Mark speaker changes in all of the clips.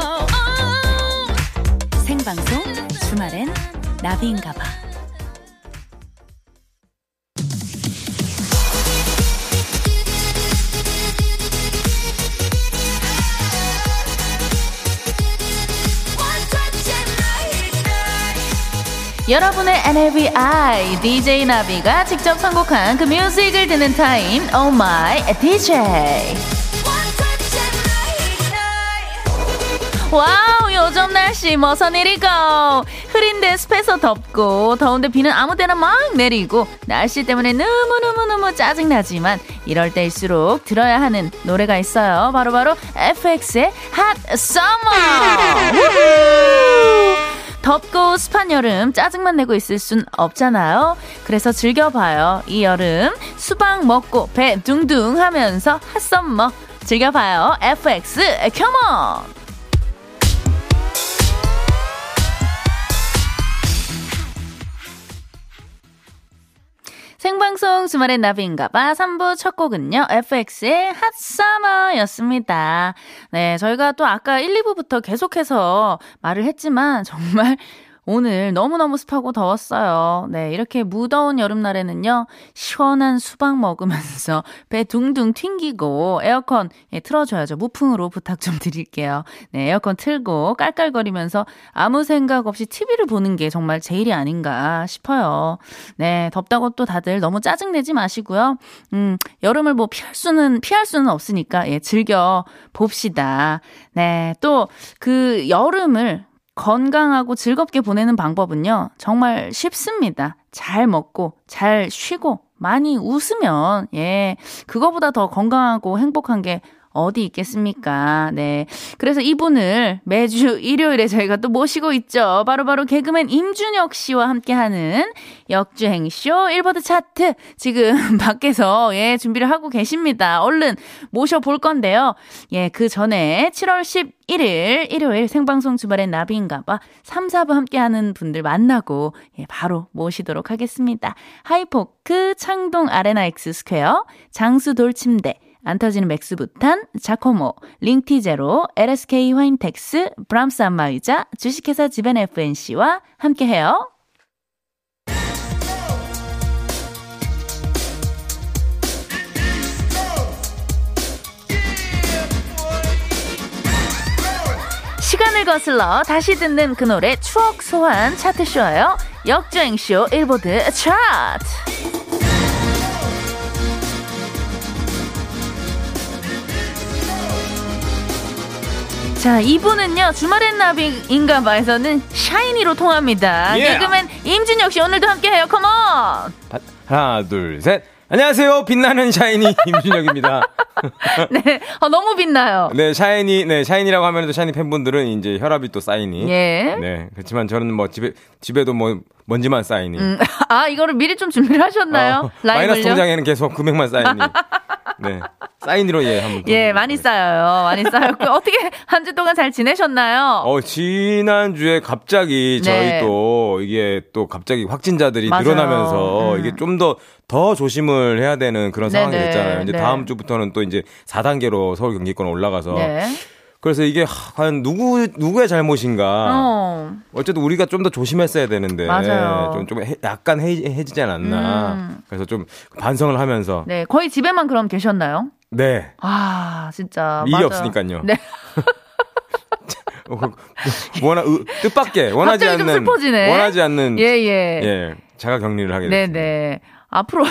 Speaker 1: 어,
Speaker 2: 방송 주말엔 나비인가봐.
Speaker 1: 여러분의 NLBI DJ 나비가 직접 선곡한 그 뮤직을 듣는 타임 Oh My DJ 와우 요즘 날씨 뭐선 일이고 흐린데 습해서 덥고 더운데 비는 아무 때나 막 내리고 날씨 때문에 너무너무너무 짜증나지만 이럴 때일수록 들어야 하는 노래가 있어요 바로바로 FX의 Hot Summer 우후! 덥고 습한 여름 짜증만 내고 있을 순 없잖아요. 그래서 즐겨봐요. 이 여름 수박 먹고 배 둥둥 하면서 핫썸머 즐겨봐요. FX 컴온! 생방송 주말의 나비인가봐 3부 첫 곡은요. FX의 핫서머였습니다. 네, 저희가 또 아까 1, 2부부터 계속해서 말을 했지만 정말 오늘 너무너무 습하고 더웠어요. 네, 이렇게 무더운 여름날에는요, 시원한 수박 먹으면서 배 둥둥 튕기고 에어컨 예, 틀어줘야죠. 무풍으로 부탁 좀 드릴게요. 네, 에어컨 틀고 깔깔거리면서 아무 생각 없이 TV를 보는 게 정말 제일이 아닌가 싶어요. 네, 덥다고 또 다들 너무 짜증내지 마시고요. 음, 여름을 뭐 피할 수는, 피할 수는 없으니까, 예, 즐겨 봅시다. 네, 또 그 여름을 건강하고 즐겁게 보내는 방법은요, 정말 쉽습니다. 잘 먹고, 잘 쉬고, 많이 웃으면, 예, 그거보다 더 건강하고 행복한 게 어디 있겠습니까? 네. 그래서 이분을 매주 일요일에 저희가 또 모시고 있죠. 바로바로 개그맨 임준혁 씨와 함께하는 역주행쇼 일보드 차트 지금 밖에서 예, 준비를 하고 계십니다. 얼른 모셔볼 건데요. 예, 그 전에 7월 11일 일요일 생방송 주말엔 나비인가봐 3, 4부 함께하는 분들 만나고 예, 바로 모시도록 하겠습니다. 하이포크 창동 아레나 엑스 스퀘어 장수 돌침대 안 터지는 맥스부탄, 자코모, 링티제로, LSK 화인텍스, 브람스 안마의자, 주식회사 지벤 FNC와 함께해요. 시간을 거슬러 다시 듣는 그 노래 추억 소환 차트쇼예요. 역주행쇼 일보드 차트. 자, 이분은요, 주말엔 나비인가 봐에서는 샤이니로 통합니다.
Speaker 3: 예.
Speaker 1: 개그맨 임진혁 씨 오늘도 함께해요. 컴온!
Speaker 3: 다- 하나 둘 셋. 안녕하세요. 빛나는 샤이니 김준혁입니다.
Speaker 1: 네, 어, 너무 빛나요.
Speaker 3: 네, 샤이니, 네, 샤이니라고 하면 또 샤이니 팬분들은 이제 혈압이 또 쌓이니.
Speaker 1: 예.
Speaker 3: 네, 그렇지만 저는 뭐 집에, 집에도 뭐 먼지만 쌓이니.
Speaker 1: 음, 아, 이거를 미리 좀 준비를 하셨나요?
Speaker 3: 어, 마이너스
Speaker 1: 라이브를요?
Speaker 3: 통장에는 계속 금액만 쌓이니. 네. 사인으로 예, 한번.
Speaker 1: 예, 많이 쌓여요. 많이 쌓였고 어떻게 한 주 동안 잘 지내셨나요?
Speaker 3: 어, 지난주에 갑자기
Speaker 1: 네.
Speaker 3: 저희 또 이게 또 갑자기 확진자들이
Speaker 1: 맞아요.
Speaker 3: 늘어나면서
Speaker 1: 음.
Speaker 3: 이게 좀 더 더 조심을 해야 되는 그런 상황이
Speaker 1: 네네.
Speaker 3: 됐잖아요. 이제
Speaker 1: 네.
Speaker 3: 다음 주부터는 또 이제 4단계로 서울 경기권 올라가서
Speaker 1: 네.
Speaker 3: 그래서 이게 하, 과연 누구 누구의 잘못인가?
Speaker 1: 어.
Speaker 3: 어. 쨌든 우리가 좀 더 조심했어야 되는데
Speaker 1: 맞아요.
Speaker 3: 좀, 좀 해- 약간 해지지 않았나.
Speaker 1: 음.
Speaker 3: 그래서 좀 반성을 하면서
Speaker 1: 네, 거의 집에만 그럼 계셨나요?
Speaker 3: 네
Speaker 1: 아, 진짜.
Speaker 3: 일이
Speaker 1: 맞아요.
Speaker 3: 없으니까요.
Speaker 1: 네.
Speaker 3: 어, 그, 원하 으, 뜻밖의 원하지
Speaker 1: 갑자기 좀
Speaker 3: 않는
Speaker 1: 슬퍼지네.
Speaker 3: 원하지 않는
Speaker 1: 예, 예.
Speaker 3: 음. 예, 자가 격리를 하게
Speaker 1: 네,
Speaker 3: 됐습니다.
Speaker 1: 네. 앞으로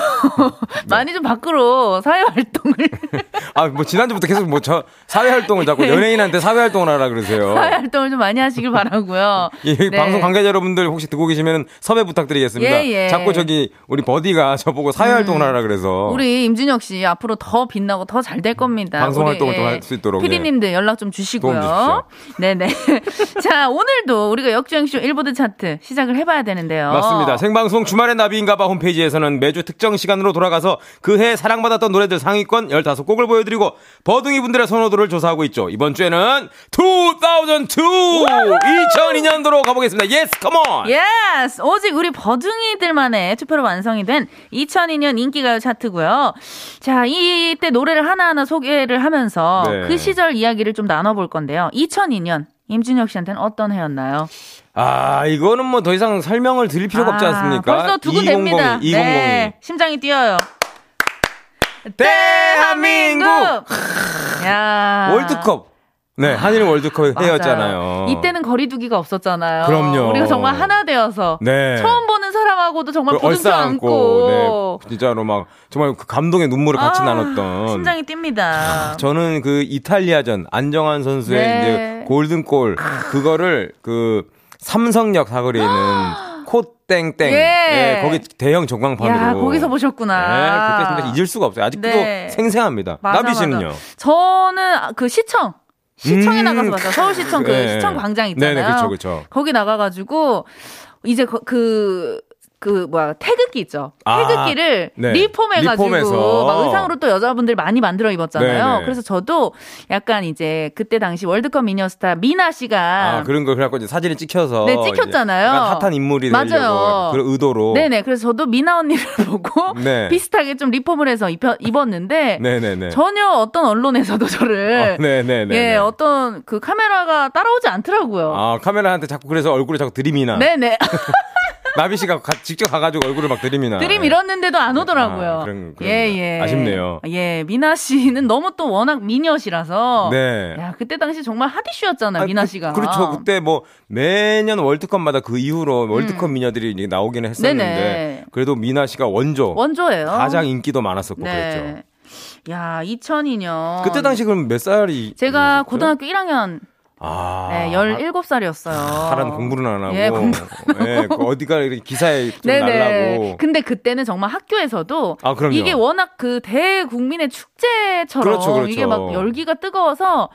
Speaker 1: 많이 좀 밖으로 사회 활동을
Speaker 3: 아, 뭐 지난주부터 계속 뭐 저 사회 활동을 자꾸 연예인한테 사회 활동을 하라 그러세요.
Speaker 1: 네. 사회 활동을 좀 많이 하시길 바라고요.
Speaker 3: 어. 예, 여기
Speaker 1: 네.
Speaker 3: 방송 관계자 여러분들 혹시 듣고 계시면 섭외 부탁드리겠습니다.
Speaker 1: 예, 예.
Speaker 3: 자꾸 저기 우리 버디가 저보고 사회 활동을 하라 그래서
Speaker 1: 우리 임준혁 씨 앞으로 더 빛나고 더 잘 될 겁니다.
Speaker 3: 어. 방송 활동을 더할수 있도록, 예.
Speaker 1: 피디님들 연락 좀
Speaker 3: 도움
Speaker 1: 주시고요.
Speaker 3: 주십시오.
Speaker 1: 네네. 자 오늘도 우리가 역주행쇼 일보드 차트 시작을 해봐야 되는데요.
Speaker 3: 맞습니다. 생방송 주말의 나비인가봐 홈페이지에서는 매주 특정 시간으로 돌아가서 그해 사랑받았던 노래들 상위권 15곡을 보여드리고 버둥이 분들의 선호도를 조사하고 있죠. 이번 주에는 2002! 2002년도로 가보겠습니다. 예스, 컴온!
Speaker 1: Yes! 오직 우리 버둥이들만의 투표로 완성이 된 2002년 인기가요 차트고요. 자, 이때 노래를 하나하나 소개를 하면서
Speaker 3: 네.
Speaker 1: 그 시절 이야기를 좀 나눠볼 건데요. 2002년. 임준혁 씨한테는 어떤 해였나요?
Speaker 3: 아, 이거는 뭐 더 이상 설명을 드릴 필요가 없지
Speaker 1: 아,
Speaker 3: 않습니까?
Speaker 1: 벌써 두근됩니다.
Speaker 3: 2002, 2002.
Speaker 1: 네, 심장이 뛰어요.
Speaker 3: 대한민국!
Speaker 1: 야
Speaker 3: 월드컵. 네, 한일 월드컵
Speaker 1: 아. 맞아요.
Speaker 3: 해였잖아요.
Speaker 1: 이때는 거리두기가 없었잖아요.
Speaker 3: 그럼요.
Speaker 1: 우리가 정말 하나 되어서
Speaker 3: 네.
Speaker 1: 처음 보는 사람하고도 정말
Speaker 3: 그걸
Speaker 1: 부둥켜 안고
Speaker 3: 네, 진짜로 막 정말 그 감동의 눈물을
Speaker 1: 아,
Speaker 3: 같이 나눴던
Speaker 1: 심장이 뜁니다.
Speaker 3: 저는 그 이탈리아전 안정환 선수의
Speaker 1: 네.
Speaker 3: 이제 골든골 그거를 그 삼성역 사거리에 있는
Speaker 1: 예.
Speaker 3: 코땡땡 예, 거기 대형 전광판으로
Speaker 1: 야, 거기서 보셨구나.
Speaker 3: 네, 그때 진짜 잊을 수가 없어요. 아직도
Speaker 1: 네.
Speaker 3: 생생합니다.
Speaker 1: 맞아,
Speaker 3: 나비 씨는요?
Speaker 1: 맞아. 저는 아, 그 시청 시청에
Speaker 3: 음.
Speaker 1: 나가서 봤어요. 서울시청 그
Speaker 3: 네.
Speaker 1: 시청 광장 있잖아요.
Speaker 3: 네네, 그쵸, 그쵸.
Speaker 1: 거기 나가가지고 이제 거- 그. 그 뭐야 태극기 있죠
Speaker 3: 아,
Speaker 1: 태극기를
Speaker 3: 네.
Speaker 1: 리폼해가지고
Speaker 3: 리폼해서.
Speaker 1: 막 의상으로 또 여자분들 많이 만들어 입었잖아요
Speaker 3: 네네.
Speaker 1: 그래서 저도 약간 이제 그때 당시 월드컵 미녀스타 미나 씨가
Speaker 3: 아, 그런 거 그래갖고 이제 사진을 찍혀서
Speaker 1: 네,
Speaker 3: 이제
Speaker 1: 찍혔잖아요.
Speaker 3: 약간 핫한 인물이
Speaker 1: 맞아요.
Speaker 3: 되려고 그런 의도로
Speaker 1: 네네 그래서 저도 미나 언니를 보고
Speaker 3: 네.
Speaker 1: 비슷하게 좀 리폼을 해서 입었는데
Speaker 3: 네네네.
Speaker 1: 전혀 어떤 언론에서도 저를
Speaker 3: 어, 네네네.
Speaker 1: 예, 어떤 그 카메라가 따라오지 않더라고요.
Speaker 3: 아 카메라한테 자꾸 그래서 얼굴에 자꾸 들이미나
Speaker 1: 네네.
Speaker 3: 나비 씨가 가- 직접 가가지고 얼굴을 막 네. 들이미나
Speaker 1: 드림 잃었는데도 안 오더라고요.
Speaker 3: 예. 아, 그런- 그런-
Speaker 1: 예, 예.
Speaker 3: 아쉽네요.
Speaker 1: 예, 미나 씨는 너무 또 워낙 미녀시라서.
Speaker 3: 네.
Speaker 1: 야, 그때 당시 정말 핫이슈였잖아,
Speaker 3: 아,
Speaker 1: 요 미나
Speaker 3: 그-
Speaker 1: 씨가.
Speaker 3: 그렇죠. 그때 뭐 매년 월드컵마다 그 이후로 월드컵 미녀들이 이제 나오기는
Speaker 1: 음.
Speaker 3: 했었는데
Speaker 1: 네네.
Speaker 3: 그래도 미나 씨가 원조
Speaker 1: 원조예요. 네.
Speaker 3: 가장 인기도 많았었고 그랬죠.
Speaker 1: 야, 2002년.
Speaker 3: 그때 당시 그럼 몇 살이
Speaker 1: 어. 제가
Speaker 3: 되셨죠?
Speaker 1: 고등학교 1학년,
Speaker 3: 아
Speaker 1: 네, 17살이었어요.
Speaker 3: 사람 공부는 안 하고
Speaker 1: 예, 공부.
Speaker 3: 예, 그 어디가 이렇게 기사에 좀 날라고
Speaker 1: 근데 그때는 정말 학교에서도
Speaker 3: 아, 그럼요.
Speaker 1: 이게 워낙 그 대국민의 축제처럼
Speaker 3: 그렇죠, 그렇죠.
Speaker 1: 이게 막 열기가 뜨거워서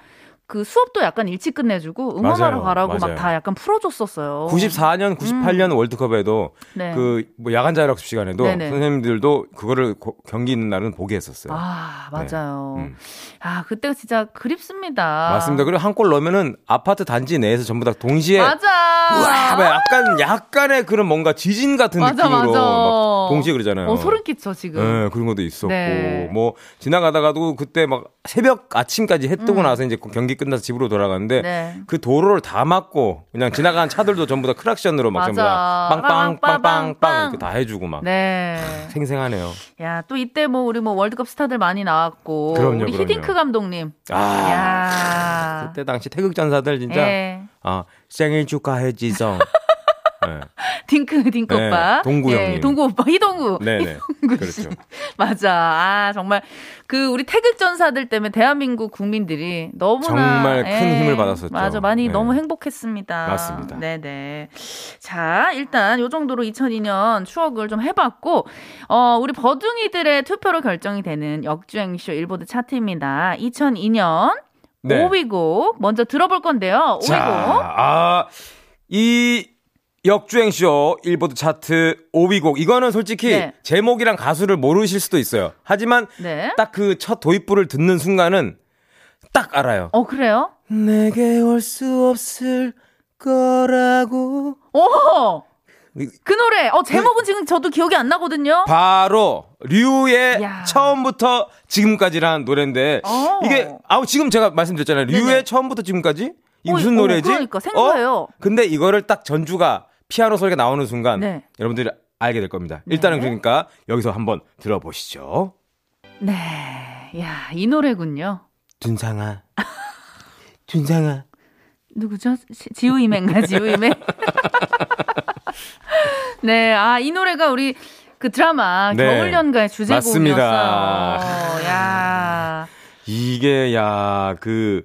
Speaker 1: 그 수업도 약간 일찍 끝내주고 응원하러
Speaker 3: 맞아요,
Speaker 1: 가라고
Speaker 3: 맞아요.
Speaker 1: 막 다 약간 풀어줬었어요.
Speaker 3: 94년, 98년 월드컵에도
Speaker 1: 음. 네.
Speaker 3: 그 뭐 야간 자율학습 시간에도
Speaker 1: 네네.
Speaker 3: 선생님들도 그거를 고- 경기 있는 날은 보게 했었어요.
Speaker 1: 아 맞아요.
Speaker 3: 네. 음.
Speaker 1: 아 그때가 진짜 그립습니다.
Speaker 3: 맞습니다. 그리고 한 골 넣으면은 아파트 단지 내에서 전부 다 동시에
Speaker 1: 맞아.
Speaker 3: 와, 막 약간 약간의 그런 뭔가 지진 같은
Speaker 1: 맞아,
Speaker 3: 느낌으로
Speaker 1: 맞아.
Speaker 3: 막 동시에 그러잖아요.
Speaker 1: 어, 소름 끼쳐 지금.
Speaker 3: 예, 그런 것도 있었고
Speaker 1: 네.
Speaker 3: 뭐 지나가다가도 그때 막 새벽 아침까지 해 뜨고 나서 이제 그 경기 끝나서 집으로 돌아가는데
Speaker 1: 음. 네.
Speaker 3: 그 도로를 다 막고 그냥 지나간 차들도 전부 다 크락션으로 막 전부 다
Speaker 1: 맞아.
Speaker 3: 빵빵빵빵빵
Speaker 1: 빵빵빵빵.
Speaker 3: 이렇게 다 해주고 막
Speaker 1: 네.
Speaker 3: 생생하네요.
Speaker 1: 야, 또 이때 뭐 우리 뭐 월드컵 스타들 많이 나왔고
Speaker 3: 그럼요,
Speaker 1: 우리
Speaker 3: 그럼요.
Speaker 1: 히딩크 감독님.
Speaker 3: 아
Speaker 1: 야.
Speaker 3: 그때 당시 태극 전사들 진짜
Speaker 1: 예.
Speaker 3: 아 생일 축하해 지성. 네.
Speaker 1: 딩크 딩크
Speaker 3: 네,
Speaker 1: 오빠.
Speaker 3: 동구
Speaker 1: 예,
Speaker 3: 형님.
Speaker 1: 동구 오빠 희동구.
Speaker 3: 네네.
Speaker 1: 희동구 씨.
Speaker 3: 그렇죠.
Speaker 1: 맞아. 아, 정말 그 우리 태극 전사들 때문에 대한민국 국민들이 너무나 예,
Speaker 3: 정말 큰 힘을 받았었죠.
Speaker 1: 맞아. 많이
Speaker 3: 네.
Speaker 1: 너무 행복했습니다.
Speaker 3: 맞습니다.
Speaker 1: 네, 네. 자, 일단 요 정도로 2002년 추억을 좀해 봤고 어, 우리 버둥이들의 투표로 결정이 되는 역주행쇼 일보드 차트입니다. 2002년
Speaker 3: 네.
Speaker 1: 5위 곡 먼저 들어볼 건데요. 5위 곡.
Speaker 3: 자, 아, 이 역주행쇼 일보드 차트 5위 곡. 이거는 솔직히
Speaker 1: 네.
Speaker 3: 제목이랑 가수를 모르실 수도 있어요. 하지만
Speaker 1: 네.
Speaker 3: 딱 그 첫 도입부를 듣는 순간은 딱 알아요.
Speaker 1: 어, 그래요?
Speaker 3: 내게 올 수 없을 거라고.
Speaker 1: 오!
Speaker 3: 이-
Speaker 1: 그 노래. 어 제목은 지금 저도 기억이 안 나거든요.
Speaker 3: 바로 류의
Speaker 1: 야.
Speaker 3: 처음부터 지금까지라는 노래인데
Speaker 1: 어.
Speaker 3: 이게 아 지금 제가 말씀드렸잖아요. 류의
Speaker 1: 네네.
Speaker 3: 처음부터 지금까지 이
Speaker 1: 어,
Speaker 3: 무슨
Speaker 1: 어,
Speaker 3: 노래지? 어?
Speaker 1: 그러니까 생소해요.
Speaker 3: 근데 이거를 딱 전주가 피아노 소리가 나오는 순간
Speaker 1: 네.
Speaker 3: 여러분들이 알게 될 겁니다. 일단은 그러니까 여기서 한번 들어보시죠.
Speaker 1: 네. 야, 이 노래군요.
Speaker 3: 준상아. 준상아.
Speaker 1: 누구죠? 시- 지우이맨가 지우이맨. 네. 아, 이 노래가 우리 그 드라마
Speaker 3: 네.
Speaker 1: 겨울 연가의 주제곡이었어요.
Speaker 3: 맞습니다.
Speaker 1: 야.
Speaker 3: 이게 야 그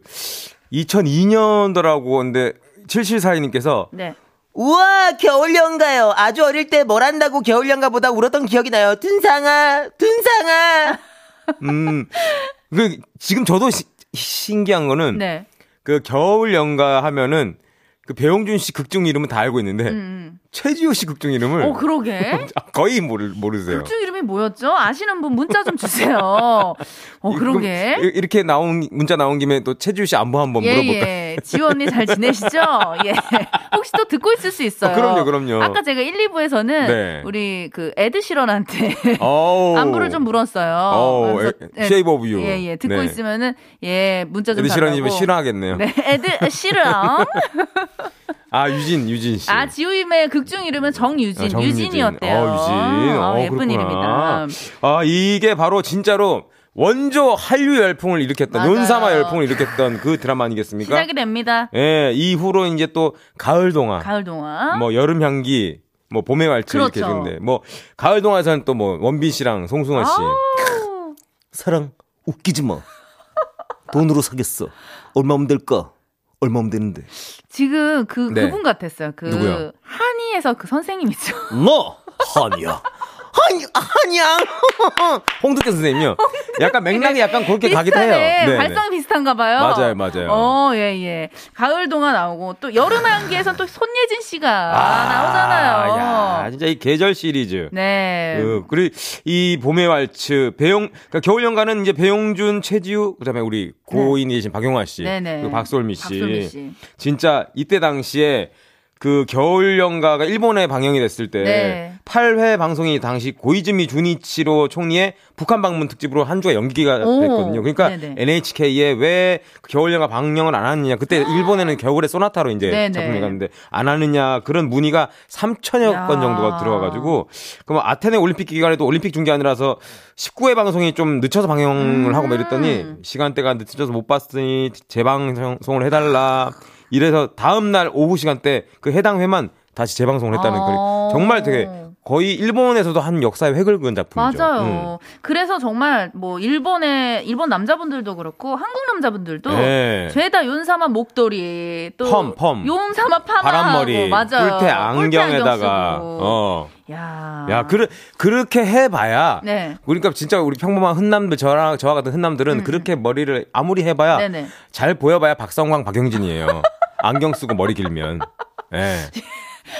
Speaker 3: 2002년도라고 근데 7742님께서
Speaker 1: 네.
Speaker 4: 우와 겨울연가요 아주 어릴 때 뭘 한다고 겨울연가보다 울었던 기억이 나요 둔상아 둔상아
Speaker 3: 음. 그 지금 저도 시- 신기한 거는
Speaker 1: 네.
Speaker 3: 그 겨울 연가 하면은 그 배용준 씨 극중 이름은 다 알고 있는데
Speaker 1: 음.
Speaker 3: 최지호 씨 극중 이름을
Speaker 1: 어, 그러게.
Speaker 3: 거의 모르, 모르세요.
Speaker 1: 극중 이름이 뭐였죠? 아시는 분 문자 좀 주세요. 어,
Speaker 3: 이-
Speaker 1: 그러게.
Speaker 3: 그럼 이- 이렇게 나온 문자 나온 김에 또 최지우 씨 안부 한번
Speaker 1: 예,
Speaker 3: 물어볼까요?
Speaker 1: 예. 지호 언니 잘 지내시죠? 예. 혹시 또 듣고 있을 수 있어요.
Speaker 3: 어, 그럼요, 그럼요.
Speaker 1: 아까 제가 1, 2부에서는
Speaker 3: 네.
Speaker 1: 우리 그 에드시런한테
Speaker 3: 어우.
Speaker 1: 안부를 좀 물었어요.
Speaker 3: 어우,
Speaker 1: 그래서,
Speaker 3: 에-
Speaker 1: 예,
Speaker 3: Shape of You.
Speaker 1: 예, 예. 듣고
Speaker 3: 네.
Speaker 1: 있으면은 예, 문자 좀
Speaker 3: 근데 싫어하면
Speaker 1: 달라고.
Speaker 3: 싫어하겠네요.
Speaker 1: 네, 에드 시런.
Speaker 3: 아 유진, 유진 씨.
Speaker 1: 아, 지우임의 극중 이름은 정유진.
Speaker 3: 아, 정유진.
Speaker 1: 유진이었대요.
Speaker 3: 어, 유진.
Speaker 1: 아,
Speaker 3: 어,
Speaker 1: 예쁜
Speaker 3: 그렇구나.
Speaker 1: 이름이다.
Speaker 3: 아 이게 바로 진짜로 원조 한류 열풍을 일으켰던
Speaker 1: 맞아요.
Speaker 3: 논사마 열풍을 일으켰던 그 드라마 아니겠습니까?
Speaker 1: 시작이 됩니다.
Speaker 3: 예, 이후로 이제 또 가을 동화,
Speaker 1: 가을 동화.
Speaker 3: 뭐 여름 향기, 뭐 봄의 왈츠 이렇게
Speaker 1: 그렇죠.
Speaker 3: 되는데 뭐 가을 동화에서는 또 뭐 원빈 씨랑 송승헌 씨.
Speaker 1: 아우.
Speaker 5: 사랑 웃기지 마. 돈으로 사겠어. 얼마면 될까? 얼마면 되는데.
Speaker 1: 지금 그
Speaker 3: 네.
Speaker 1: 그분 같았어요. 그
Speaker 3: 누구요?
Speaker 1: 한의에서 그 선생님 있죠.
Speaker 5: 너 한이야.
Speaker 4: 아니, 아니야.
Speaker 3: 홍두깨 선생님요. 약간 맥락이 약간 그렇게 가기도 해요.
Speaker 1: 비슷하네.
Speaker 3: 네, 네.
Speaker 1: 발상이 비슷한가 봐요.
Speaker 3: 맞아요, 맞아요.
Speaker 1: 어, 예, 예. 가을 동화 나오고 또 여름 한기에선 또 손예진 씨가 나오잖아요.
Speaker 3: 아, 야, 진짜 이 계절 시리즈.
Speaker 1: 네.
Speaker 3: 그, 그리고 이 봄의 왈츠, 배용, 그러니까 겨울 연가는 이제 배용준, 최지우, 그 다음에 우리 고인이신 박용화 씨,
Speaker 1: 네. 네네.
Speaker 3: 그리고 박솔미 씨.
Speaker 1: 박솔미 씨.
Speaker 3: 진짜 이때 당시에 그 겨울 연가가 일본에 방영이 됐을 때
Speaker 1: 네.
Speaker 3: 팔 8회 방송이 당시 고이즈미 주니치로 총리의 북한 방문 특집으로 한 주가 연기가
Speaker 1: 오.
Speaker 3: 됐거든요. 그러니까
Speaker 1: 네네.
Speaker 3: NHK에 왜그 겨울 연가 방영을 안 하느냐. 그때 일본에는 겨울의 소나타로 이제
Speaker 1: 아. 네네.
Speaker 3: 작품이 갔는데 안 하느냐 그런 문의가 3천여 건
Speaker 1: 야.
Speaker 3: 정도가 들어와가지고 그럼 아테네 올림픽 기간에도 올림픽 중계하느라서 19회 방송이 좀 늦춰서 방영을 하고 막
Speaker 1: 음.
Speaker 3: 이랬더니 시간대가 늦춰서 못 봤으니 재방송을 해달라 이래서 다음 날 오후 시간대 그 해당 회만 다시 재방송을 했다는 글
Speaker 1: 어.
Speaker 3: 정말 되게 거의 일본에서도 한 역사의 획을 그은 작품이죠. 음.
Speaker 1: 맞아요. 그래서 정말 뭐 일본의 일본 남자분들도 그렇고 한국 남자분들도
Speaker 3: 음. 예.
Speaker 1: 죄다 윤사마 목도리 또
Speaker 3: 펌, 펌.
Speaker 1: 윤사마 파마 뭐
Speaker 3: 바람머리,
Speaker 1: 맞아요.
Speaker 3: 뿔테 안경에다가
Speaker 1: 쓰고.
Speaker 3: 어.
Speaker 1: 야.
Speaker 3: 야, 그르, 그렇게 해봐야.
Speaker 1: 네.
Speaker 3: 그러니까 진짜 우리 평범한 흔남들, 저랑, 저와 같은 흔남들은 그렇게 머리를 아무리 해봐야
Speaker 1: 음. 네네.
Speaker 3: 잘 보여봐야 박성광, 박영진이에요. 안경 쓰고 머리 길면. 예.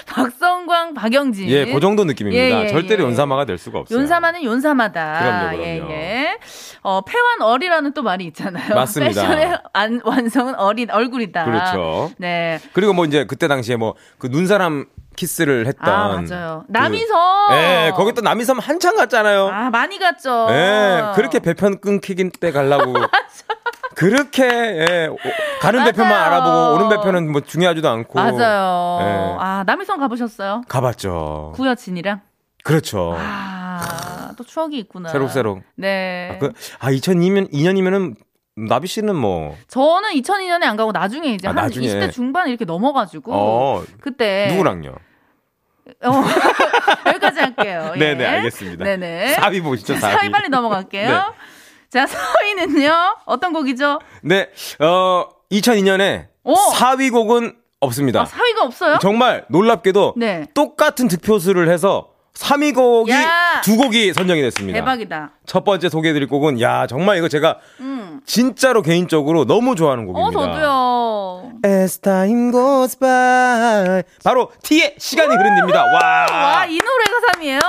Speaker 1: 박성광, 박영진.
Speaker 3: 예, 그 정도 느낌입니다.
Speaker 1: 예, 예,
Speaker 3: 절대로
Speaker 1: 예.
Speaker 3: 연사마가 될 수가 없어요.
Speaker 1: 연사마는 연사마다.
Speaker 3: 그럼요, 그럼요.
Speaker 1: 예, 예. 어, 패완 얼이라는 또 말이 있잖아요.
Speaker 3: 맞습니다.
Speaker 1: 패션의 안- 완성은 어린 얼굴이다.
Speaker 3: 그렇죠.
Speaker 1: 네.
Speaker 3: 그리고 뭐 이제 그때 당시에 뭐 그 눈사람 키스를 했던.
Speaker 1: 아, 맞아요.
Speaker 3: 그-
Speaker 1: 남이섬.
Speaker 3: 예, 거기 또 남이섬 한참 갔잖아요.
Speaker 1: 아, 많이 갔죠.
Speaker 3: 예, 그렇게 배편 끊기긴 때 가려고. 그렇게, 예, 오- 가는 배편만
Speaker 1: 맞아요.
Speaker 3: 알아보고, 오는 배편은 뭐 중요하지도 않고.
Speaker 1: 맞아요.
Speaker 3: 예.
Speaker 1: 아, 남이섬 가보셨어요?
Speaker 3: 가봤죠.
Speaker 1: 구여친이랑?
Speaker 3: 그렇죠.
Speaker 1: 아, 또 추억이 있구나.
Speaker 3: 새록새록.
Speaker 1: 네.
Speaker 3: 아, 그, 아 2002년, 2년이면은, 나비 씨는 뭐,
Speaker 1: 저는 2002년에 안 가고 나중에 이제
Speaker 3: 아,
Speaker 1: 한
Speaker 3: 나중에.
Speaker 1: 20대 중반 이렇게 넘어가지고.
Speaker 3: 어,
Speaker 1: 그때.
Speaker 3: 누구랑요?
Speaker 1: 어, 여기까지 할게요. 예.
Speaker 3: 네네, 알겠습니다.
Speaker 1: 네네.
Speaker 3: 사비 보시죠, 사비.
Speaker 1: 사위 빨리 넘어갈게요.
Speaker 3: 네.
Speaker 1: 자, 사위는요, 어떤 곡이죠? 아,
Speaker 3: 네, 어, 2002년에
Speaker 1: 오!
Speaker 3: 4위 곡은 없습니다.
Speaker 1: 아, 사위가 없어요?
Speaker 3: 정말 놀랍게도
Speaker 1: 네.
Speaker 3: 똑같은 득표수를 해서 3위 곡이
Speaker 1: 야!
Speaker 3: 두 곡이 선정이 됐습니다.
Speaker 1: 대박이다.
Speaker 3: 첫 번째 소개해드릴 곡은 야 정말 이거 제가 진짜로 개인적으로 너무 좋아하는
Speaker 1: 음. 어,
Speaker 3: 곡입니다.
Speaker 1: 저도요.
Speaker 3: As time goes by 바로 T의 시간이 흐른답니다. 와.
Speaker 1: 와, 이 노래가 3위예요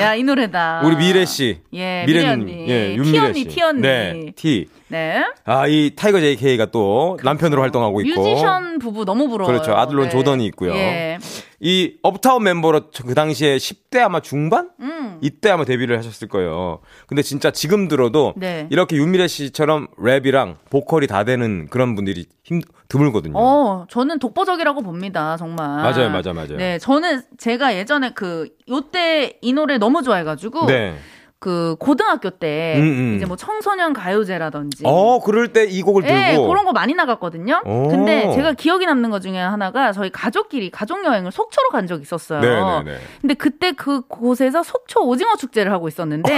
Speaker 1: 야, 이 노래다.
Speaker 3: 아. 우리 미래 씨,
Speaker 1: 아, 예,
Speaker 3: 미래
Speaker 1: 미래
Speaker 3: 누님.
Speaker 1: 언니.
Speaker 3: 예,
Speaker 1: 티
Speaker 3: 윤미래
Speaker 1: 언니,
Speaker 3: 씨.
Speaker 1: 티 언니.
Speaker 3: 네, T.
Speaker 1: 네.
Speaker 3: 아, 이 타이거 JK가 또 남편으로 활동하고 있고.
Speaker 1: 그렇죠. 뮤지션 부부 너무 부러워요. 네.
Speaker 3: 그렇죠. 아들론 조던이 있고요. 음.
Speaker 1: 예.
Speaker 3: 이 업타운 멤버로 그 당시에 10대 아마 중반?
Speaker 1: 음.
Speaker 3: 이때 아마 데뷔를 하셨을 거예요. 근데 진짜 지금 들어도
Speaker 1: 네.
Speaker 3: 이렇게 윤미래 씨처럼 랩이랑 보컬이 다 되는 그런 분들이 힘 드물거든요.
Speaker 1: 어, 저는 독보적이라고 봅니다, 정말.
Speaker 3: 맞아요, 맞아요, 맞아요.
Speaker 1: 네, 저는 제가 예전에 그, 요때 이 노래 너무 좋아해가지고,
Speaker 3: 네.
Speaker 1: 그, 고등학교 때,
Speaker 3: 음, 음.
Speaker 1: 이제 뭐 청소년 가요제라든지,
Speaker 3: 어, 그럴 때 이 곡을
Speaker 1: 예,
Speaker 3: 들고
Speaker 1: 그런 거 많이 나갔거든요.
Speaker 3: 오.
Speaker 1: 근데 제가 기억에 남는 것 중에 하나가 저희 가족끼리 가족 여행을 속초로 간 적이 있었어요.
Speaker 3: 네네네.
Speaker 1: 근데 그때 그 곳에서 속초 오징어 축제를 하고 있었는데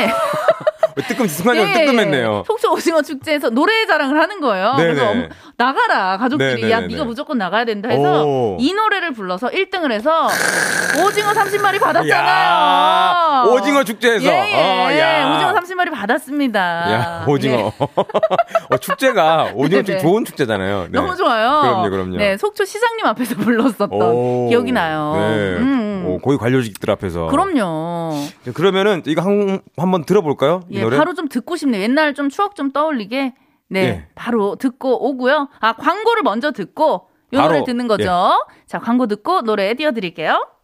Speaker 1: 예,
Speaker 3: 뜨끔 순간적으로 어, 뜨끔했네요.
Speaker 1: 속초 오징어 축제에서 노래 자랑을 하는 거예요.
Speaker 3: 네네.
Speaker 1: 그래서 엄- 나가라 가족끼리 야
Speaker 3: 네네네네.
Speaker 1: 네가 무조건 나가야 된다 해서
Speaker 3: 오.
Speaker 1: 이 노래를 불러서 1등을 해서 오징어 30마리 받았잖아요.
Speaker 3: 야, 오징어 축제에서.
Speaker 1: 예, 예.
Speaker 3: 어, 야.
Speaker 1: 오징어 30마리 받았습니다.
Speaker 3: 야,
Speaker 1: 네.
Speaker 3: 오징어. 어, 축제가 오징어 축
Speaker 1: 네, 네.
Speaker 3: 좋은 축제잖아요. 네.
Speaker 1: 너무 좋아요.
Speaker 3: 그럼요, 그럼요.
Speaker 1: 네, 속초 시장님 앞에서 불렀었던
Speaker 3: 오,
Speaker 1: 기억이 나요.
Speaker 3: 네.
Speaker 1: 음.
Speaker 3: 오, 거기 관료직들 앞에서.
Speaker 1: 그럼요.
Speaker 3: 그러면은 이거 한, 한번 들어볼까요? 이
Speaker 1: 예,
Speaker 3: 노래?
Speaker 1: 바로 좀 듣고 싶네요. 옛날 좀 추억 좀 떠올리게. 네,
Speaker 3: 예.
Speaker 1: 바로 듣고 오고요. 아, 광고를 먼저 듣고 요
Speaker 3: 바로, 예.
Speaker 1: 노래 듣는 거죠. 자, 광고 듣고 노래 띄워드릴게요.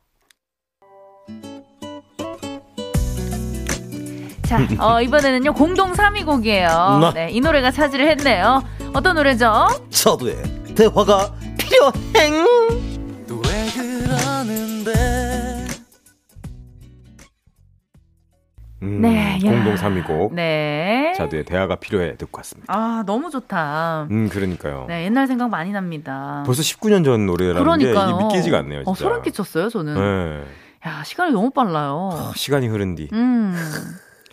Speaker 1: 자, 어, 이번에는요, 공동 3위 곡이에요.
Speaker 5: 나.
Speaker 1: 네, 이 노래가 차지를 했네요. 어떤 노래죠?
Speaker 5: 차도의 대화가 필요행.
Speaker 3: 음,
Speaker 1: 네, 야.
Speaker 3: 공동 3위곡.
Speaker 1: 네.
Speaker 3: 자두의 대화가 필요해 듣고 왔습니다.
Speaker 1: 아, 너무 좋다.
Speaker 3: 음, 그러니까요.
Speaker 1: 네, 옛날 생각 많이 납니다.
Speaker 3: 벌써 19년 전 노래라는
Speaker 1: 그러니까요.
Speaker 3: 게 이게 믿기지가 않네요, 진짜.
Speaker 1: 어, 소름 끼쳤어요, 저는.
Speaker 3: 네. 아, 어,
Speaker 1: 야, 시간이 너무 빨라요.
Speaker 3: 시간이 흐른 뒤.
Speaker 1: 음.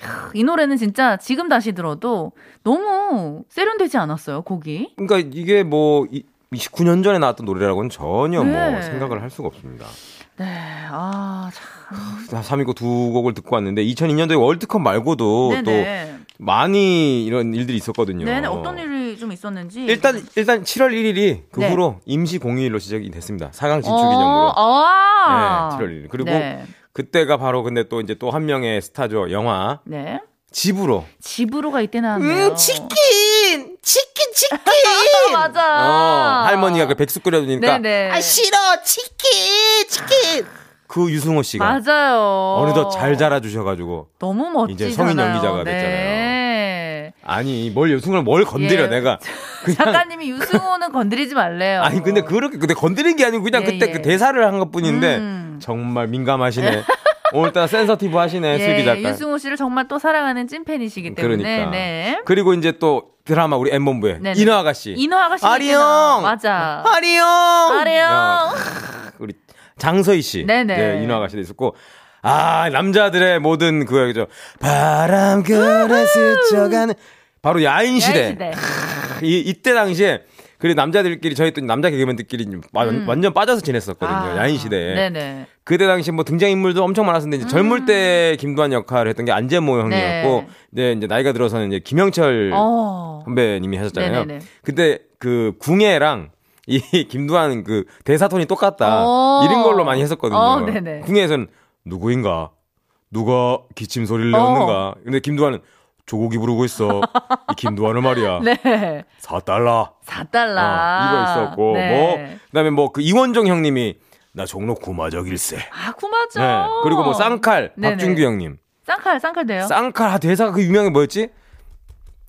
Speaker 1: 하, 이 노래는 진짜 지금 다시 들어도 너무 세련되지 않았어요, 곡이.
Speaker 3: 그러니까 이게 뭐 이- 29년 전에 나왔던 노래라고는 전혀
Speaker 1: 네.
Speaker 3: 뭐 생각을 할 수가 없습니다.
Speaker 1: 네, 아, 참.
Speaker 3: 3위고 두 곡을 듣고 왔는데 2002년도에 월드컵 말고도 어, 또
Speaker 1: 네네.
Speaker 3: 많이 이런 일들이 있었거든요.
Speaker 1: 네네, 어떤 일이 좀 있었는지. 어,
Speaker 3: 일단 일단 7월 1일이 그
Speaker 1: 네.
Speaker 3: 후로 임시 공휴일로 시작이 됐습니다. 4강 진출
Speaker 1: 어,
Speaker 3: 기념으로. 네,
Speaker 1: 아.
Speaker 3: 7월 1일. 그리고
Speaker 1: 네.
Speaker 3: 그때가 바로 근데 또 이제 또 한 명의 스타죠. 영화
Speaker 1: 네.
Speaker 3: 집으로.
Speaker 1: 집으로가 이때 나왔네요.
Speaker 4: 음, 치킨! 치킨, 치킨!
Speaker 1: 맞아.
Speaker 3: 어, 할머니가 그 백숙 끓여주니까
Speaker 1: 네네.
Speaker 4: 아, 싫어! 치킨! 치킨!
Speaker 3: 그 유승호 씨가
Speaker 1: 맞아요.
Speaker 3: 어느덧 잘 자라주셔가지고
Speaker 1: 너무 멋지잖아요.
Speaker 3: 이제 성인 연기자가
Speaker 1: 네.
Speaker 3: 아니 뭘 유승호를 뭘 건드려
Speaker 1: 예.
Speaker 3: 내가
Speaker 1: 작가님이 유승호는 건드리지 말래요.
Speaker 3: 아니 근데 그렇게 근데 건드린 게 아니고 그냥
Speaker 1: 어. 예,
Speaker 3: 그때
Speaker 1: 예.
Speaker 3: 그 대사를 한 것뿐인데
Speaker 1: 음.
Speaker 3: 정말 민감하시네 오늘따라 센서티브 하시네 슬기
Speaker 1: 예,
Speaker 3: 작가
Speaker 1: 유승호 씨를 정말 또 사랑하는 찐팬이시기 때문에.
Speaker 3: 그러니까
Speaker 1: 네.
Speaker 3: 그리고 이제 또 드라마 우리 엠본부에
Speaker 1: 네네.
Speaker 3: 인어 아가씨
Speaker 1: 인화가 씨.
Speaker 3: 예. 아리형!
Speaker 1: 맞아.
Speaker 3: 아리형
Speaker 1: 아래요.
Speaker 3: 우리 장서희 씨
Speaker 1: 네네.
Speaker 3: 네, 인어 아가씨도 있었고 아 남자들의 모든 그거죠 바람 그래 스쳐가는 바로 야인 시대
Speaker 1: 야인시대.
Speaker 3: 이, 이때 당시에 그리고 남자들끼리 저희 또 남자 개그맨들끼리 좀 마- 완전 빠져서 지냈었거든요
Speaker 1: 음. 아,
Speaker 3: 야인 시대에
Speaker 1: 네네. 음.
Speaker 3: 그때 당시 뭐 등장 인물도 엄청 많았었는데 이제 젊을 때 김두한 역할을 했던 게 안재모 형이었고
Speaker 1: 네.
Speaker 3: 네, 이제 나이가 들어서는 이제 김영철
Speaker 1: 어.
Speaker 3: 선배님이 하셨잖아요.
Speaker 1: 네네네.
Speaker 3: 근데 그 궁예랑 이 김두한 그 대사톤이 똑같다
Speaker 1: 어.
Speaker 3: 이런 걸로 많이 했었거든요.
Speaker 1: 어, 네네.
Speaker 3: 궁예에서는 누구인가 누가 기침 소리를
Speaker 1: 어.
Speaker 3: 내었는가. 근데 김두한은 조국이 부르고 있어. 이 김두한을 말이야.
Speaker 1: 네.
Speaker 3: 4달러.
Speaker 1: 4달러.
Speaker 3: 어, 이거 있었고
Speaker 1: 네.
Speaker 3: 뭐 그다음에 뭐 그 이원종 형님이 나 종로 구마적일세.
Speaker 1: 아, 구마죠.
Speaker 3: 네. 그리고 뭐 쌍칼
Speaker 1: 네네. 그렇죠.
Speaker 3: 박준규 형님.
Speaker 1: 쌍칼, 쌍칼 돼요?
Speaker 3: 쌍칼 아, 대사가 그 유명한 게 뭐였지?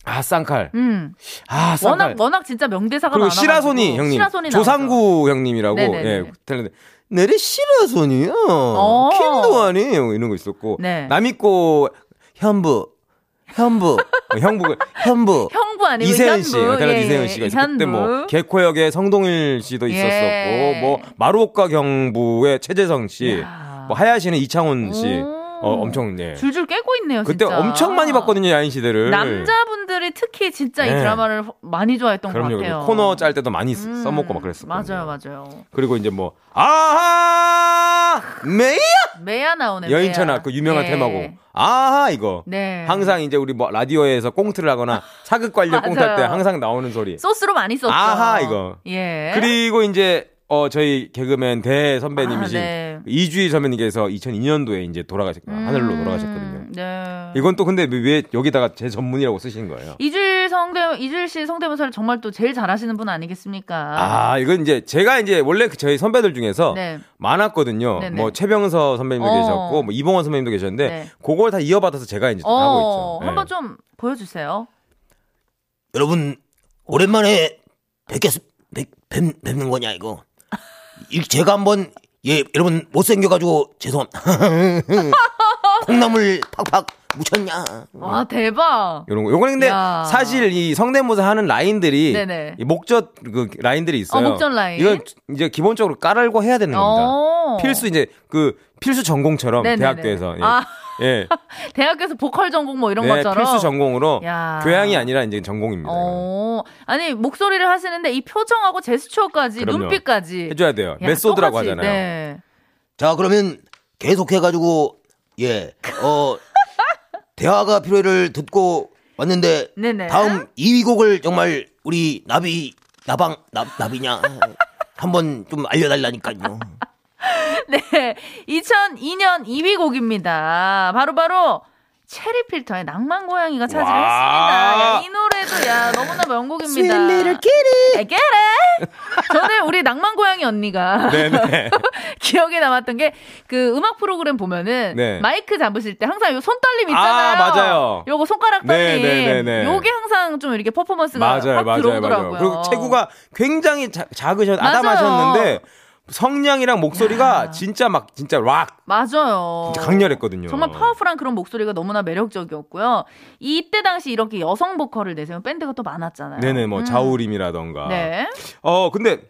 Speaker 3: 아 쌍칼.
Speaker 1: 음.
Speaker 3: 아 쌍칼.
Speaker 1: 워낙, 워낙 진짜 명대사가
Speaker 3: 그리고
Speaker 1: 많아가지고.
Speaker 3: 시라소니 형님.
Speaker 1: 시라소니 나오죠.
Speaker 3: 조상구 형님이라고.
Speaker 1: 네네네.
Speaker 3: 예. 탤런트. 내리 시라소니요. 뭐 김도환이에요. 이런 거 있었고.
Speaker 1: 어. 네.
Speaker 3: 남있고
Speaker 5: 현부, 현부,
Speaker 3: 어, 형부
Speaker 5: 현부.
Speaker 1: 형부 아니고
Speaker 3: 이세은
Speaker 1: 현부.
Speaker 3: 씨, 탤런트
Speaker 1: 예,
Speaker 3: 이세은
Speaker 1: 예,
Speaker 3: 씨가 있고
Speaker 1: 현부.
Speaker 3: 그때 뭐 개코역의 성동일 씨도 있었었고
Speaker 1: 예.
Speaker 3: 뭐 마루오카 경부의 최재성 씨,
Speaker 1: 야.
Speaker 3: 뭐 하야시는 이창훈 씨,
Speaker 1: 오.
Speaker 3: 어 엄청 예.
Speaker 1: 줄줄 깨고 있네요.
Speaker 3: 그때
Speaker 1: 진짜.
Speaker 3: 엄청 많이 봤거든요 야인 시대를.
Speaker 1: 남자분들이 특히 진짜 이
Speaker 3: 네.
Speaker 1: 드라마를 많이 좋아했던
Speaker 3: 그럼요.
Speaker 1: 것 같아요.
Speaker 3: 그리고 코너 짤 때도 많이 쓰-
Speaker 1: 음,
Speaker 3: 써먹고 막
Speaker 1: 맞아요,
Speaker 3: 그랬었거든요.
Speaker 1: 맞아요.
Speaker 3: 그리고 이제 뭐 아하 메이야
Speaker 1: 매야 나오네.
Speaker 3: 여인천하
Speaker 1: 매야.
Speaker 3: 그 유명한
Speaker 1: 네.
Speaker 3: 테마곡 아하 이거
Speaker 1: 네.
Speaker 3: 항상 이제 우리 뭐 라디오에서 꽁트를 하거나 사극 관련 꽁트 할 때
Speaker 1: 맞아요.
Speaker 3: 항상 나오는 소리.
Speaker 1: 소스로 많이 썼죠.
Speaker 3: 아하, 이거.
Speaker 1: 예.
Speaker 3: 그리고 이제 어 저희 개그맨 대 선배님이신
Speaker 1: 아, 네.
Speaker 3: 이주희 선배님께서 2002년도에 이제 돌아가셨
Speaker 1: 음,
Speaker 3: 그 하늘로 돌아가셨거든요.
Speaker 1: 네.
Speaker 3: 이건 또 근데 왜 여기다가 제 전문이라고 쓰신 거예요?
Speaker 1: 이줄 성대 이줄 씨 성대모사를 정말 또 제일 잘하시는 분 아니겠습니까?
Speaker 3: 아 이건 이제 제가 이제 원래 그 저희 선배들 중에서
Speaker 1: 네.
Speaker 3: 많았거든요.
Speaker 1: 네네.
Speaker 3: 뭐 최병서 선배님도
Speaker 1: 어.
Speaker 3: 계셨고 뭐 이봉원 선배님도 계셨는데
Speaker 1: 네.
Speaker 3: 그걸 다 이어받아서 제가 이제 하고 있죠. 네.
Speaker 1: 한번 좀 보여주세요.
Speaker 5: 여러분, 오랜만에 뵙겠, 뵙, 뵙, 뵙는 거냐, 이거. 이- 제가 한번, 예, 여러분, 못생겨가지고, 죄송합니다. 콩나물 팍팍 묻혔냐.
Speaker 1: 와 아, 대박.
Speaker 3: 이런 거. 요거는 근데
Speaker 1: 야.
Speaker 3: 사실 이 성대모사 하는 라인들이
Speaker 1: 네네.
Speaker 3: 이 목젖 그 라인들이 있어요.
Speaker 1: 어, 목젖 라인.
Speaker 3: 이건 이제 기본적으로 깔알고 해야 되는 겁니다.
Speaker 1: 어.
Speaker 3: 필수 이제 그 필수 전공처럼
Speaker 1: 네네네.
Speaker 3: 대학교에서 예.
Speaker 1: 아.
Speaker 3: 예.
Speaker 1: 대학교에서 보컬 전공 뭐 이런
Speaker 3: 네,
Speaker 1: 것처럼.
Speaker 3: 필수 전공으로
Speaker 1: 야.
Speaker 3: 교양이 아니라 이제 전공입니다. 이거는.
Speaker 1: 어, 아니 목소리를 하시는데 이 표정하고 제스처까지
Speaker 3: 그럼요.
Speaker 1: 눈빛까지
Speaker 3: 해줘야 돼요.
Speaker 1: 야,
Speaker 3: 메소드라고
Speaker 1: 똑같이,
Speaker 3: 하잖아요.
Speaker 1: 네.
Speaker 5: 자, 그러면, 계속해가지고, 예, 어, 대화가 필요를 듣고 왔는데
Speaker 1: 네네.
Speaker 5: 다음 2위 곡을 정말 우리 나비 나방 나, 나비냐 한번 좀 알려달라니까요.
Speaker 1: 네. 2002년 2위 곡입니다. 바로바로 체리 필터의 낭만 고양이가 차지를 했습니다.
Speaker 3: 와.
Speaker 1: 야, 이 노래도 야 너무나 명곡입니다. 아, get it? 저는 우리 낭만 고양이 언니가
Speaker 3: 네네.
Speaker 1: 기억에 남았던 게 그 음악 프로그램 보면은
Speaker 3: 네.
Speaker 1: 마이크 잡으실 때 항상 요 손떨림 있잖아요.
Speaker 3: 아, 맞아요.
Speaker 1: 요거 손가락
Speaker 3: 네,
Speaker 1: 떨림.
Speaker 3: 네, 네, 네.
Speaker 1: 요게 항상 좀 이렇게 퍼포먼스가
Speaker 3: 맞아요,
Speaker 1: 확
Speaker 3: 맞아요,
Speaker 1: 들어오더라고요.
Speaker 3: 맞아요. 그리고 체구가 굉장히 자, 작으셨,
Speaker 1: 맞아요.
Speaker 3: 아담하셨는데 성량이랑 목소리가 진짜 막 진짜 락
Speaker 1: 맞아요.
Speaker 3: 진짜 강렬했거든요.
Speaker 1: 정말 파워풀한 그런 목소리가 너무나 매력적이었고요. 이때 당시 이렇게 여성 보컬을 내세운 밴드가 또 많았잖아요.
Speaker 3: 네네, 뭐
Speaker 1: 음.
Speaker 3: 자우림이라던가.
Speaker 1: 네.
Speaker 3: 어, 근데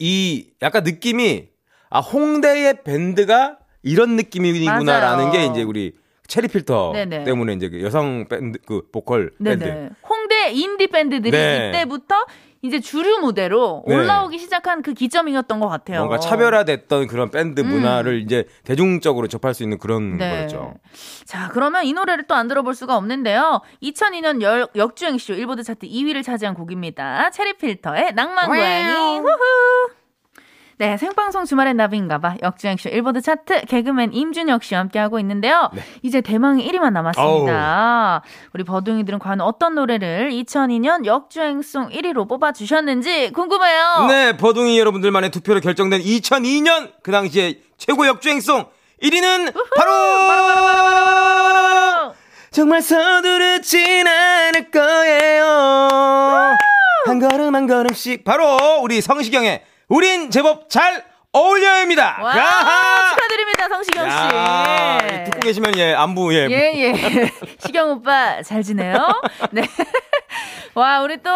Speaker 3: 이 약간 느낌이 아 홍대의 밴드가 이런 느낌이구나라는
Speaker 1: 맞아요.
Speaker 3: 게 이제 우리 체리 필터
Speaker 1: 네네.
Speaker 3: 때문에 이제 그 여성 밴드 그 보컬
Speaker 1: 네네.
Speaker 3: 밴드.
Speaker 1: 홍대 인디 밴드들이
Speaker 3: 네.
Speaker 1: 이때부터 이제 주류 무대로
Speaker 3: 네.
Speaker 1: 올라오기 시작한 그 기점이었던 것 같아요.
Speaker 3: 뭔가 차별화됐던 그런
Speaker 1: 음.
Speaker 3: 밴드 문화를 이제 대중적으로 접할 수 있는 그런
Speaker 1: 네.
Speaker 3: 거였죠.
Speaker 1: 자, 그러면 이 노래를 또 안 들어볼 수가 없는데요. 2002년 열- 역주행쇼 일보드 차트 2위를 차지한 곡입니다. 체리필터의 낭만 고양이. 후후. 네, 생방송 주말엔 나비인가봐. 역주행쇼 일보드 차트 개그맨 임준혁 씨와 함께하고 있는데요.
Speaker 3: 네.
Speaker 1: 이제 대망의 1위만 남았습니다. 우리 버둥이들은 과연 어떤 노래를 2002년 역주행송 1위로 뽑아주셨는지 궁금해요.
Speaker 3: 네, 버둥이 여러분들만의 투표로 결정된 2002년 그 당시의 최고 역주행송 1위는 바로 정말 서두르진 않을 거예요. 한 걸음 한 걸음씩 바로 우리 성시경의 우린 제법 잘 어울려요입니다.
Speaker 1: 와,
Speaker 3: 야하!
Speaker 1: 축하드립니다, 성시경 씨.
Speaker 3: 야, 듣고 계시면 예 안부 예.
Speaker 1: 예, 예. 시경 오빠, 잘 지내요? 네. 와, 우리 또,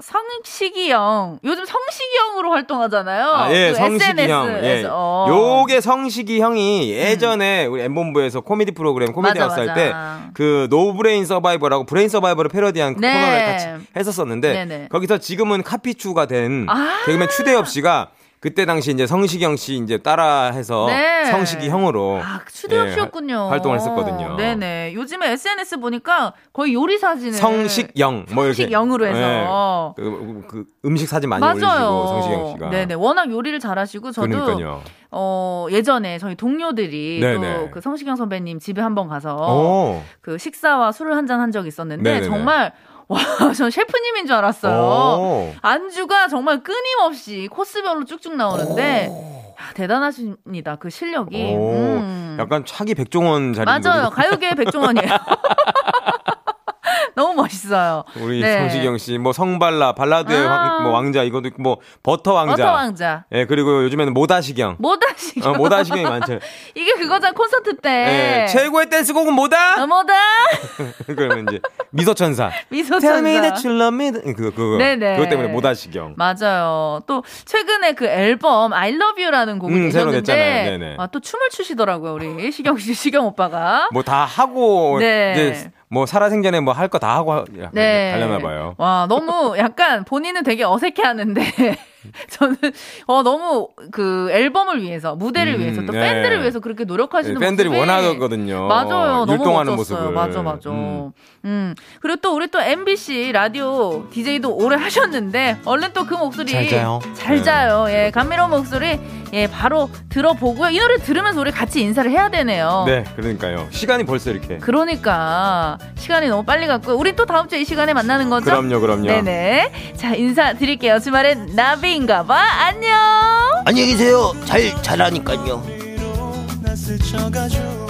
Speaker 1: 성식이 형. 요즘 성식이 형으로 활동하잖아요.
Speaker 3: 아, 예,
Speaker 1: 그
Speaker 3: 성식이
Speaker 1: SNS에서. 어. 음.
Speaker 3: 형. 예. 요게 성식이 형이 예전에 우리 엠본부에서 코미디 프로그램 코미디
Speaker 1: 맞아,
Speaker 3: 하우스 할
Speaker 1: 맞아.
Speaker 3: 때 그 노브레인 서바이벌하고 브레인 서바이벌을 패러디한 그
Speaker 1: 네.
Speaker 3: 코너를 같이 했었었는데
Speaker 1: 네네. 아.
Speaker 3: 거기서 지금은 카피추가 된 개그맨 추대엽 씨가 그때 당시 이제 성시경 씨 이제 따라해서
Speaker 1: 네.
Speaker 3: 성식이 형으로
Speaker 1: 아, 추대엽
Speaker 3: 예,
Speaker 1: 씨였군요.
Speaker 3: 활동을 했었거든요.
Speaker 1: 네네. 요즘에 SNS 보니까 거의 요리 사진을.
Speaker 3: 성식영 뭐 이렇게
Speaker 1: 성식영으로 해서.
Speaker 3: 예. 그, 그 음식 사진 많이 올리시고 성시경
Speaker 1: 맞아요.
Speaker 3: 씨가
Speaker 1: 네네. 워낙 요리를 잘하시고 저도
Speaker 3: 그러니까요.
Speaker 1: 어 예전에 저희 동료들이 또
Speaker 3: 네네.
Speaker 1: 그 성시경 선배님 집에 한 번 가서
Speaker 3: 오.
Speaker 1: 그 식사와 술을 한 잔 한 적이 있었는데
Speaker 3: 네네네.
Speaker 1: 정말 와, 전 셰프님인 줄 알았어요.
Speaker 3: 오.
Speaker 1: 안주가 정말 끊임없이 코스별로 쭉쭉 나오는데 야, 대단하십니다. 그 실력이.
Speaker 3: 오,
Speaker 1: 음.
Speaker 3: 약간 차기 백종원 자리
Speaker 1: 맞아요. 가요계의 백종원이에요. 너무 멋있어요.
Speaker 3: 우리
Speaker 1: 네.
Speaker 3: 성시경 씨, 뭐 성발라, 발라드의
Speaker 1: 아.
Speaker 3: 왕, 뭐 왕자 이것도 있고 뭐 버터 왕자.
Speaker 1: 버터 왕자.
Speaker 3: 예 그리고 요즘에는 모다시경.
Speaker 1: 모다시경.
Speaker 3: 어, 모다시경이 많죠.
Speaker 1: 이게 그거잖아 콘서트 때.
Speaker 3: 예, 최고의 댄스곡은 뭐다?
Speaker 1: 어, 모다
Speaker 3: 그러면 이제 미소천사.
Speaker 1: 미소
Speaker 3: Tell me
Speaker 1: 천사.
Speaker 3: that you love me. 그거 그거.
Speaker 1: 네네.
Speaker 3: 그것 때문에 모다시경.
Speaker 1: 맞아요. 또 최근에 그 앨범 I Love You라는 곡을
Speaker 3: 음, 새로 냈잖아요.
Speaker 1: 내셨는데
Speaker 3: 네네.
Speaker 1: 아, 또 춤을 추시더라고요 우리 시경 씨, 시경 오빠가.
Speaker 3: 뭐 다 하고
Speaker 1: 네.
Speaker 3: 이제 뭐 살아생전에 뭐 할 거 다 하고 하- 약간 가려나 봐요.
Speaker 1: 와 너무 약간 본인은 되게 어색해하는데 저는 어 너무 그 앨범을 위해서 무대를
Speaker 3: 음,
Speaker 1: 위해서 또
Speaker 3: 네.
Speaker 1: 팬들을 위해서 그렇게 노력하시는
Speaker 3: 예, 팬들이
Speaker 1: 모습이
Speaker 3: 원하거든요.
Speaker 1: 맞아요. 너무
Speaker 3: 율동하는
Speaker 1: 멋졌어요.
Speaker 3: 모습을.
Speaker 1: 맞아, 맞아.
Speaker 3: 음.
Speaker 1: 음. 그리고 또 우리 또 MBC 라디오 DJ도 오래 하셨는데 얼른 또 그 목소리
Speaker 3: 잘 자요.
Speaker 1: 잘
Speaker 3: 네.
Speaker 1: 자요. 예, 감미로운 목소리 예 바로 들어보고요. 이 노래 들으면서 우리 같이 인사를 해야 되네요.
Speaker 3: 네, 그러니까요. 시간이 벌써 이렇게.
Speaker 1: 그러니까 시간이 너무 빨리 갔고 우리 또 다음 주에 이 시간에 만나는 거죠?
Speaker 3: 그럼요, 그럼요.
Speaker 1: 네네. 자 인사 드릴게요. 주말엔 나비인가봐. 안녕.
Speaker 5: 안녕히 계세요. 잘 자라니까요.
Speaker 6: 나 스쳐가죠